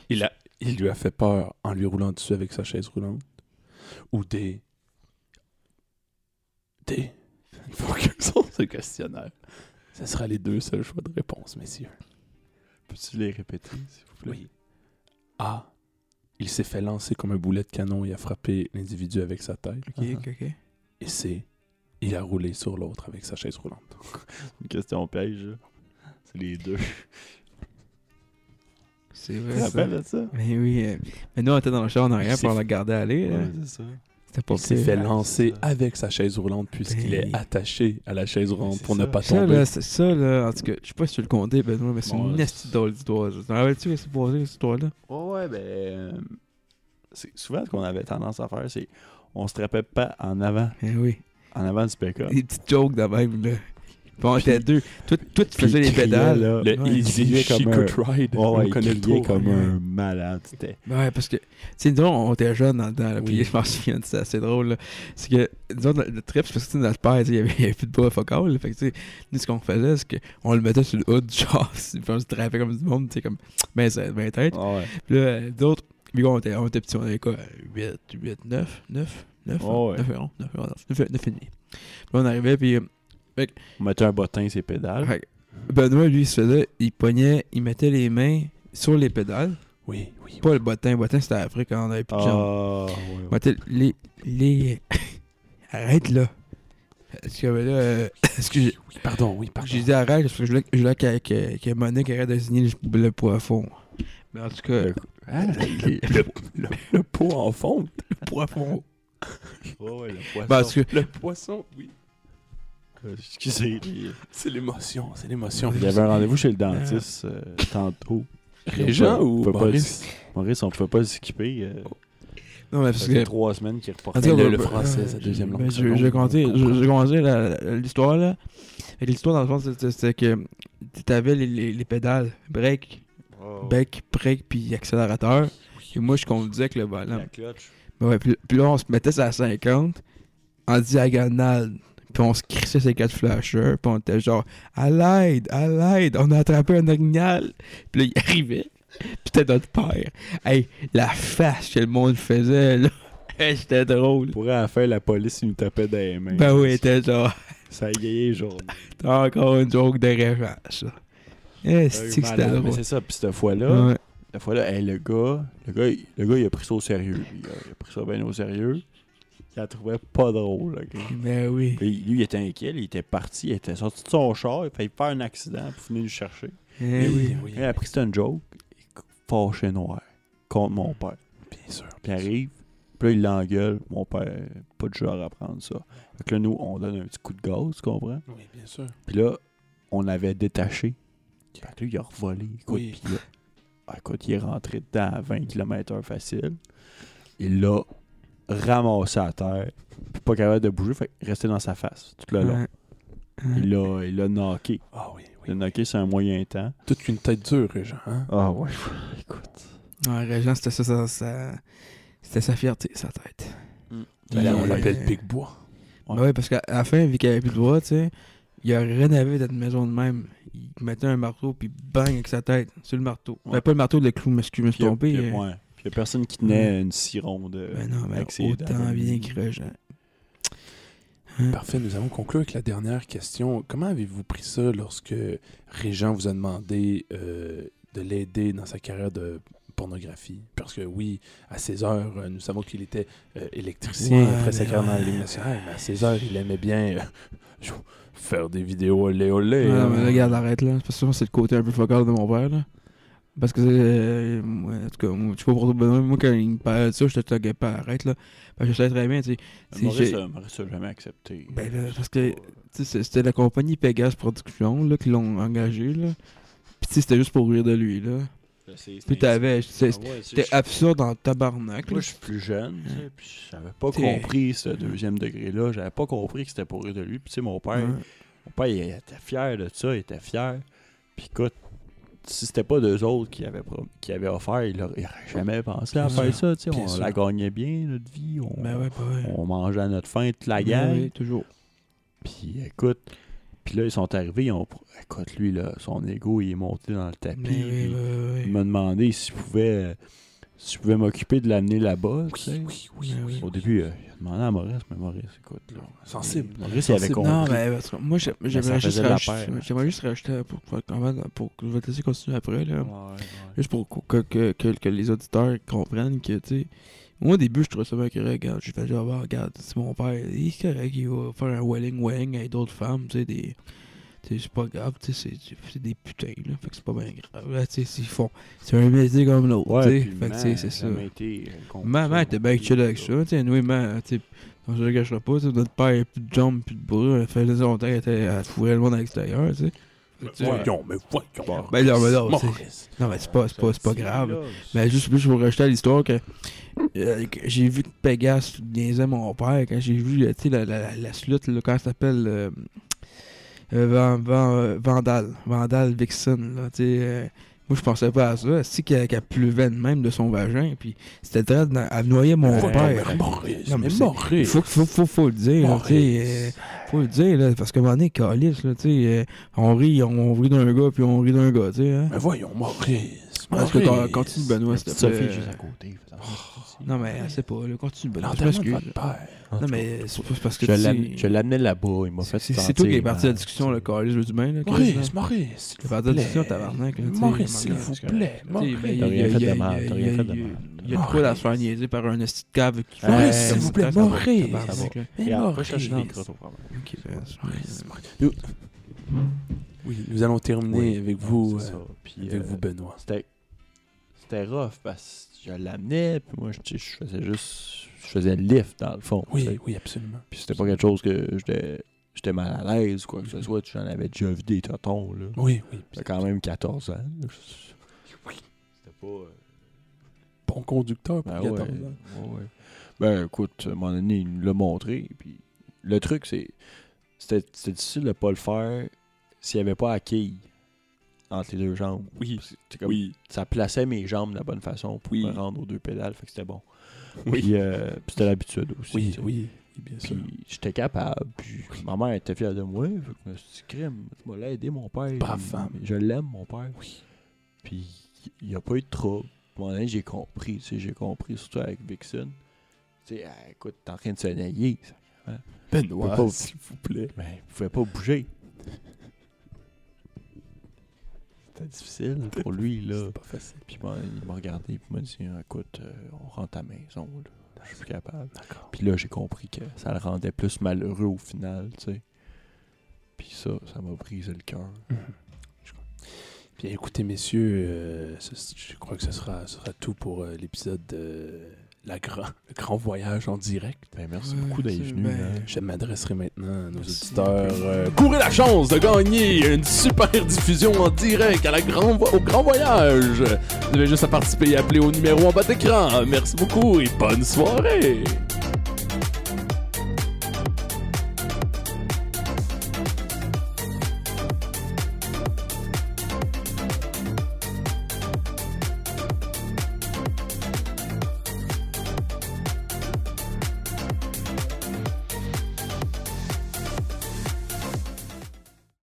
Speaker 1: Il, a, il lui a fait peur en lui roulant dessus avec sa chaise roulante. Ou des. Des. Une fois que sont ce questionnaire. Ce sera les deux seuls choix de réponse, messieurs.
Speaker 2: Peux-tu les répéter, s'il vous plaît?
Speaker 1: Oui. A. Il s'est fait lancer comme un boulet de canon et a frappé l'individu avec sa tête. Uh-huh.
Speaker 3: Ok, ok, ok.
Speaker 1: Et C. Il a roulé sur l'autre avec sa chaise roulante.
Speaker 2: Une question piège, là. C'est les deux.
Speaker 3: C'est
Speaker 2: Tu
Speaker 3: vrai,
Speaker 2: te
Speaker 3: ça.
Speaker 2: rappelles de ça?
Speaker 3: Mais oui, euh, mais nous, on était dans le char en arrière
Speaker 1: Il
Speaker 3: pour
Speaker 1: s'est-
Speaker 3: la regarder aller, là.
Speaker 2: Ouais, c'est ça.
Speaker 3: C'était pas
Speaker 1: Il s'est
Speaker 3: pire.
Speaker 1: fait
Speaker 2: c'est
Speaker 1: lancer
Speaker 2: ça.
Speaker 1: avec sa chaise roulante puisqu'il
Speaker 3: Ben.
Speaker 1: est attaché à la chaise roulante
Speaker 2: c'est
Speaker 1: pour ne
Speaker 2: ça.
Speaker 1: pas
Speaker 3: Ça, là,
Speaker 1: tomber.
Speaker 3: c'est ça, là, en tout cas, je sais pas si tu le comptais, Benoît, mais c'est
Speaker 2: Bon,
Speaker 3: une
Speaker 2: ouais,
Speaker 3: nasty drôle d'histoire. ça. T'en rappelles-tu que c'est passé, cette histoire-là?
Speaker 2: Ouais, ouais, ben. euh, c'est souvent ce qu'on avait tendance à faire, c'est. On se rappelle pas en avant,
Speaker 3: Eh oui.
Speaker 2: en avant du pick-up.
Speaker 3: Des petites jokes de même, là. Bon, on était deux. Toi, toi, tu
Speaker 2: puis
Speaker 3: faisais les
Speaker 2: il criait,
Speaker 3: pédales.
Speaker 2: là.
Speaker 1: Le
Speaker 3: Ouais, il
Speaker 1: Easy
Speaker 2: criait
Speaker 1: She
Speaker 2: comme Oh,
Speaker 1: Could Ride.
Speaker 2: Ouais,
Speaker 1: on
Speaker 2: ouais, il
Speaker 1: connaît le
Speaker 2: criait
Speaker 1: tour.
Speaker 2: comme
Speaker 3: ouais.
Speaker 2: un malade. C'était.
Speaker 3: Ben Ouais, parce que, tu sais, nous autres, on était jeunes dans le temps, là, puis
Speaker 1: Oui.
Speaker 3: je m'en souviens de ça, c'est assez drôle, là. C'est que, nous autres, le trip, c'est parce que, tu sais, notre père, tu sais, il y avait, il y avait plus de bois focal, là. Fait que, tu sais, nous, ce qu'on faisait, c'est qu'on le mettait sur le haut du char, puis on se drapait comme du monde, tu sais, comme, ben, ça, ben, tête.
Speaker 2: Ouais,
Speaker 3: Puis là, euh, nous autres, puis on était, on était petits, on avait quoi, 8, 8, 9, 9, 9,
Speaker 2: Oh, ouais.
Speaker 3: 9 hein? et 11, 9 et 11, 9, et demi. Puis là, on arrivait, puis euh,
Speaker 2: On mettait un bottin ses pédales.
Speaker 3: fait que Benoît, lui, il se faisait, il pognait, il mettait les mains sur les pédales,
Speaker 1: Oui, oui.
Speaker 3: pas le bottin, le bottin, c'était après quand on avait plus de jambes.
Speaker 2: Ah, ouais, ouais.
Speaker 3: Ouais, t'sais, les. les... arrête là. Parce que là. euh, excusez.
Speaker 1: Oui, pardon, oui, pardon.
Speaker 3: J'ai dit arrête parce que je voulais, je voulais que, que, que Monique arrête de signer le, le poisson. Mais en tout cas.
Speaker 2: Le-
Speaker 3: Ah, les-
Speaker 1: Le, le- le pot en fonte.
Speaker 3: le poisson.
Speaker 2: Ouais, ouais, le poisson.
Speaker 3: Ben, en tout cas,
Speaker 1: Le poisson, oui.
Speaker 2: Excusez.
Speaker 1: C'est l'émotion, c'est l'émotion.
Speaker 2: Il y avait un rendez-vous chez le dentiste euh, tantôt.
Speaker 1: Régent
Speaker 2: On
Speaker 1: ou
Speaker 2: peut pas
Speaker 1: Maurice?
Speaker 2: Maurice, on pouvait pas le skipper. euh,
Speaker 3: Non, mais
Speaker 2: ça
Speaker 3: parce
Speaker 2: fait
Speaker 3: que.
Speaker 2: trois semaines qu'il reportait.
Speaker 3: En tout cas,
Speaker 1: le-
Speaker 3: ben,
Speaker 1: le
Speaker 3: ben,
Speaker 1: français,
Speaker 3: euh,
Speaker 1: sa deuxième
Speaker 3: ben,
Speaker 1: langue
Speaker 3: Je je vais
Speaker 1: seconde,
Speaker 3: compter,
Speaker 1: on
Speaker 3: je- je vais
Speaker 1: comprend.
Speaker 3: compter la- la- l'histoire là. Fait que l'histoire dans le fond, c'était- c'était que t'avais les, les, les pédales, break,
Speaker 1: Oh.
Speaker 3: bec, break, puis accélérateur. Et moi, je conduisais avec le volant.
Speaker 2: La clutch.
Speaker 3: Ben Ouais, puis, puis là, on se mettait à 50 en diagonale. Puis on se crissait ces quatre flashers. Puis on était genre, à l'aide, à l'aide, on a attrapé un orignal. Puis là, il arrivait. Puis c'était notre père. Hey, la face que le monde faisait, là. Hey, c'était drôle.
Speaker 2: Pour à la fin, la police, il nous tapait dans les mains.
Speaker 3: Ben oui, Ah, c'était genre,
Speaker 2: Ça a égayé, genre.
Speaker 3: t'as encore une joke de revanche, là. Eh, c'est que c'était
Speaker 2: Malade,
Speaker 3: drôle.
Speaker 2: mais c'est ça. Puis cette fois-là,
Speaker 3: Ouais.
Speaker 2: cette fois-là, hey, le gars, le gars, il- le gars, il a pris ça au sérieux. lui. Il a, il a pris ça bien au sérieux. Il la trouvait pas drôle, le gars.
Speaker 3: Ben oui.
Speaker 2: Puis lui, il était inquiet, il était parti, il était sorti de son char, il fallait faire un accident pour venir le chercher.
Speaker 3: Eh oui.
Speaker 1: oui.
Speaker 2: Il a pris c'était une joke, fâché noir, contre mon père.
Speaker 1: Bien sûr.
Speaker 2: Puis il arrive, puis là, il l'engueule. Mon père, pas de genre à prendre ça. Fait que là, nous, on donne un petit coup de gaz, tu comprends?
Speaker 1: Oui, bien sûr.
Speaker 2: Puis là, on l'avait détaché. Fait que là, il a revolé. Écoute,
Speaker 1: Oui.
Speaker 2: puis là, ah, écoute, il est rentré dedans à 20 km/h facile. Il l'a ramassé à terre. Puis pas capable de bouger, fait que resté dans sa face tout le long.
Speaker 3: Ouais.
Speaker 2: Il l'a il l'a knocké.
Speaker 1: Ah oui,
Speaker 2: Il l'a
Speaker 1: oui.
Speaker 2: knocké sur un moyen temps.
Speaker 1: Toute qu'une tête dure, Régent. Hein?
Speaker 2: Ah ouais, écoute.
Speaker 3: Ouais, Régent, c'était ça, ça, ça- C'était sa fierté, sa tête.
Speaker 1: Ben là, on
Speaker 3: Ouais.
Speaker 1: l'appelait le Pic-Bois.
Speaker 2: Ouais.
Speaker 3: Ben oui, parce qu'à à la fin, vu qu'il n'y avait plus de bois, tu sais, il a rénové notre maison de même. Il mettait un marteau, puis bang avec sa tête sur le marteau.
Speaker 2: Ouais.
Speaker 3: Ben, pas le marteau, le clou, mais excuse, je me suis
Speaker 2: Puis il y a-
Speaker 3: trompé.
Speaker 2: puis il y
Speaker 3: euh,
Speaker 2: a- ouais. Puis il y a personne qui tenait une sironde. de
Speaker 3: Ben non, mais
Speaker 2: avec ses
Speaker 3: autant
Speaker 2: dents.
Speaker 3: bien que Régent.
Speaker 1: Parfait, nous allons conclure avec la dernière question. Comment avez-vous pris ça lorsque Régent vous a demandé euh, de l'aider dans sa carrière de pornographie? Parce que oui, à 16 heures, euh, nous savons qu'il était euh, électricien
Speaker 3: Ouais,
Speaker 1: après sa
Speaker 3: mais
Speaker 1: carrière dans la
Speaker 3: ouais.
Speaker 1: Ligue nationale, mais à 16 heures, il aimait bien euh, faire des vidéos olé olé.
Speaker 3: Ouais,
Speaker 1: hein.
Speaker 2: euh,
Speaker 3: non, mais là, regarde, arrête là. Parce que ça, c'est le côté un peu focal de mon père, là. Parce que, euh, moi, en tout cas, moi, je sais pas pour toi, Benoît, moi, quand il me parlait de ça, j'étais tout à pas arrête, là. Parce que je savais très bien, tu sais. c'est-
Speaker 2: Maurice
Speaker 3: j'ai-
Speaker 2: euh, Maurice a jamais accepté.
Speaker 3: Ben là, parce que, tu sais, c'est- c'était la compagnie Pegasus Productions, là, qui l'ont engagé, là. Puis, tu sais, c'était juste pour rire de lui, là.
Speaker 2: C'est- c'est-
Speaker 3: Puis, t'avais.
Speaker 2: Ah ouais,
Speaker 3: c'est-
Speaker 2: c'est-
Speaker 3: C'était absurde dans le tabarnak, là.
Speaker 2: Moi, je suis plus jeune, tu sais, puis j'avais pas
Speaker 3: T'es-
Speaker 2: compris ce deuxième degré-là. J'avais pas compris que c'était pour rire de lui. Puis, tu sais, mon père,
Speaker 3: Ouais.
Speaker 2: mon père, il était fier de ça, il était fier. Puis, écoute, si c'était pas deux autres qui avaient, pro- qui avaient offert, il aurait il aurait jamais pensé à
Speaker 3: Bien
Speaker 2: faire
Speaker 3: sûr.
Speaker 2: ça, tu sais.
Speaker 3: Bien
Speaker 2: On
Speaker 3: sûr.
Speaker 2: la gagnait bien, notre vie. On,
Speaker 3: Ben ouais, pas vrai.
Speaker 2: on mangeait à notre faim, toute la
Speaker 3: Ben
Speaker 2: gang.
Speaker 3: oui, toujours.
Speaker 2: Puis, écoute, puis là, ils sont arrivés, ils ont... Écoute, lui, là, son ego, il est monté dans le tapis.
Speaker 3: Ben
Speaker 2: puis
Speaker 3: oui, ben oui.
Speaker 2: Il m'a demandé si je pouvais, euh, si je pouvais m'occuper de l'amener là-bas. tu sais.
Speaker 3: oui, oui.
Speaker 2: Au début, euh, il a demandé à Maurice, mais Maurice, écoute, là.
Speaker 1: Sensible.
Speaker 2: Maurice, il avait
Speaker 1: Sensible.
Speaker 2: compris.
Speaker 3: Non, mais Ah, ben, parce que moi, j'ai-
Speaker 2: ça
Speaker 3: j'aimerais juste,
Speaker 2: faisait de la
Speaker 3: rajouter-
Speaker 2: paire, hein.
Speaker 3: j'aimerais juste rajouter pour, pour, pour, pour que je vais te laisser continuer après. Là.
Speaker 2: Ouais, ouais.
Speaker 3: Juste pour que, que, que, que les auditeurs comprennent que, tu sais, moi au début, je trouvais ça bien correct. Regarde, j'ai fait genre, Ah, regarde, c'est mon père, il est correct, il va faire un welling welling avec d'autres femmes, tu sais, des. tu sais, C'est pas grave, tu sais, c'est- c'est des putains, là. Fait que c'est pas bien grave. Là, tu sais, s'ils font. C'est un métier comme l'autre,
Speaker 2: Ouais,
Speaker 3: tu sais.
Speaker 2: puis
Speaker 3: Fait que,
Speaker 2: maman
Speaker 3: tu sais, c'est ça.
Speaker 2: jamais été, euh, contre
Speaker 3: Maman
Speaker 2: ça,
Speaker 3: était
Speaker 2: non
Speaker 3: bien
Speaker 2: plus,
Speaker 3: chill avec ça, tu sais, nous, maman, tu sais, on se le cachera pas, tu sais, notre père, il a plus de jambes, plus de bras, elle faisait longtemps qu'elle était à fourrer le monde à l'extérieur, tu sais.
Speaker 1: Mais
Speaker 3: Tu sais,
Speaker 1: voyons, mais voyons.
Speaker 3: Ben là, ben là,
Speaker 1: Maurice.
Speaker 3: Non, mais c'est pas, c'est pas, c'est pas
Speaker 2: Petit,
Speaker 3: grave.
Speaker 2: là,
Speaker 3: Mais Ben, juste, juste pour rajouter à l'histoire que, euh, que j'ai vu que Pegasus niaisait mon père quand j'ai vu, euh, tu sais, la, la, la, la slute, là, comment elle s'appelle, euh, euh, Van- Van- euh, Vandal, Vandal Vixen, là, tu sais, euh, moi, je pensais pas à ça. Si qu'elle qu'elle pleuvait de même de son vagin, puis c'était très. dans- Elle noyait mon
Speaker 1: Voyons,
Speaker 3: père.
Speaker 1: mais Maurice.
Speaker 3: Non, mais
Speaker 1: mais
Speaker 3: c'est-
Speaker 1: Maurice.
Speaker 3: Faut, faut, faut, faut le dire, là, tu sais, euh,
Speaker 1: Maurice.
Speaker 3: faut le dire, là, parce qu'à un moment donné, calice, là, tu sais, euh, on rit, on, rit d'un gars, puis on rit d'un gars, tu sais, hein.
Speaker 1: Mais voyons, Maurice.
Speaker 3: Parce que quand-
Speaker 1: Maurice.
Speaker 3: continue, Benoît, s'il
Speaker 2: petite
Speaker 3: te plaît.
Speaker 2: Sophie, juste à côté. fais attention, petite.
Speaker 3: Non, mais, c'est pas, là, continue, Benoît, je
Speaker 1: L'enterrement de
Speaker 3: m'excuse.
Speaker 1: votre père.
Speaker 3: Non, mais c'est pas- c'est parce que
Speaker 2: Je
Speaker 3: tu sais,
Speaker 2: l'am- je l'amenais là-bas, il m'a fait
Speaker 3: c'est- C'est
Speaker 2: sentir
Speaker 3: toi qui es parti de la
Speaker 2: mal,
Speaker 3: discussion,
Speaker 2: tu
Speaker 3: le
Speaker 2: sais.
Speaker 3: collège du main, là. Chris, là.
Speaker 1: Maurice, Maurice, s'il
Speaker 3: T'es
Speaker 1: vous
Speaker 3: parti de la
Speaker 1: plaît.
Speaker 3: discussion, tabarnak, là, tu sais,
Speaker 1: Maurice, s'il
Speaker 3: man,
Speaker 1: vous
Speaker 2: c'est
Speaker 1: plaît.
Speaker 3: Tu sais, mais
Speaker 1: Maurice,
Speaker 3: il y a-
Speaker 2: T'as rien
Speaker 3: il y a-
Speaker 2: fait
Speaker 3: il y a-
Speaker 2: de mal, t'as
Speaker 3: il y a-
Speaker 2: rien fait de
Speaker 3: il y a-
Speaker 2: mal.
Speaker 3: Il y a de quoi à se faire niaiser par un esti de cave qui fait-
Speaker 1: Maurice,
Speaker 2: s'il
Speaker 1: vous plaît,
Speaker 3: Ça va,
Speaker 1: Maurice.
Speaker 3: tabarnak, là.
Speaker 1: mais
Speaker 2: Regarde, après, je cherche
Speaker 1: Maurice.
Speaker 2: les micros, au problème.
Speaker 3: Ok, ben, c'est-
Speaker 1: Maurice, Maurice. Nous- Oui, nous allons terminer
Speaker 2: Oui,
Speaker 1: avec
Speaker 2: non,
Speaker 1: vous,
Speaker 2: c'est
Speaker 1: euh,
Speaker 2: ça. Puis,
Speaker 1: avec
Speaker 2: euh,
Speaker 3: Ben.
Speaker 1: vous, Benoît.
Speaker 2: c'était c'était rough parce que je l'amenais puis moi je, tu sais, je faisais juste je faisais le lift dans le fond tu
Speaker 1: Oui,
Speaker 2: sais.
Speaker 1: oui, absolument.
Speaker 2: puis c'était pas quelque chose que j'étais j'étais mal à l'aise ou quoi que ce soit j'en avais déjà vu des totons là
Speaker 1: Oui, oui.
Speaker 2: j'avais quand même 14 ans là. Je-
Speaker 1: Oui.
Speaker 2: c'était pas euh,
Speaker 1: Bon conducteur pour
Speaker 2: ben
Speaker 1: 14
Speaker 2: ouais,
Speaker 1: ans.
Speaker 2: ouais, ouais. ben écoute à un moment donné il nous l'a montré puis le truc c'est c'était c'était difficile de pas le faire s'il n'y avait pas à quille entre les deux jambes
Speaker 1: Oui,
Speaker 2: Parce que t'es comme-
Speaker 1: oui.
Speaker 2: ça plaçait mes jambes de la bonne façon pour
Speaker 1: Oui.
Speaker 2: me rendre aux deux pédales, fait que c'était bon.
Speaker 1: Oui.
Speaker 2: Puis, euh, puis c'était l'habitude aussi.
Speaker 1: Oui,
Speaker 2: tu sais.
Speaker 1: oui, oui, bien sûr.
Speaker 2: Puis j'étais capable, puis ma mère était fière de moi, fait que je me suis dit, crime, tu m'as aidé mon père.
Speaker 1: Brave
Speaker 2: Il-
Speaker 1: femme.
Speaker 2: Je l'aime mon père. Puis il n'y a pas eu de trouble. À un moment donné, j'ai compris, tu sais, j'ai compris, surtout avec Vixen. Tu sais, ah, écoute, t'es en train de se nailler, ça.
Speaker 1: Benoît,
Speaker 2: Peut pas-
Speaker 1: s'il vous plaît.
Speaker 2: mais il pouvait pas bouger. C'était difficile pour lui, là.
Speaker 1: C'est pas facile.
Speaker 2: Puis ben, il m'a regardé et m'a dit écoute, euh, on rentre à la maison. Là. Je suis plus capable.
Speaker 1: D'accord.
Speaker 2: Puis là, j'ai compris que ça le rendait plus malheureux au final, tu sais. Puis ça, ça m'a brisé le cœur.
Speaker 1: Mhm. Bien, écoutez, messieurs, euh, ce- je crois que ce sera, ce sera tout pour euh, l'épisode de la grand, le grand voyage en direct.
Speaker 2: Ben, merci
Speaker 3: Ouais,
Speaker 2: beaucoup d'être
Speaker 3: c'est-
Speaker 2: venu.
Speaker 3: ben,
Speaker 2: hein.
Speaker 1: Je m'adresserai maintenant à nos
Speaker 2: Merci.
Speaker 1: auditeurs. Euh, courez la chance de gagner une super diffusion en direct à la grand Vo- au Grand Voyage. Vous avez juste à participer et appeler au numéro en bas d'écran. Merci beaucoup et bonne soirée.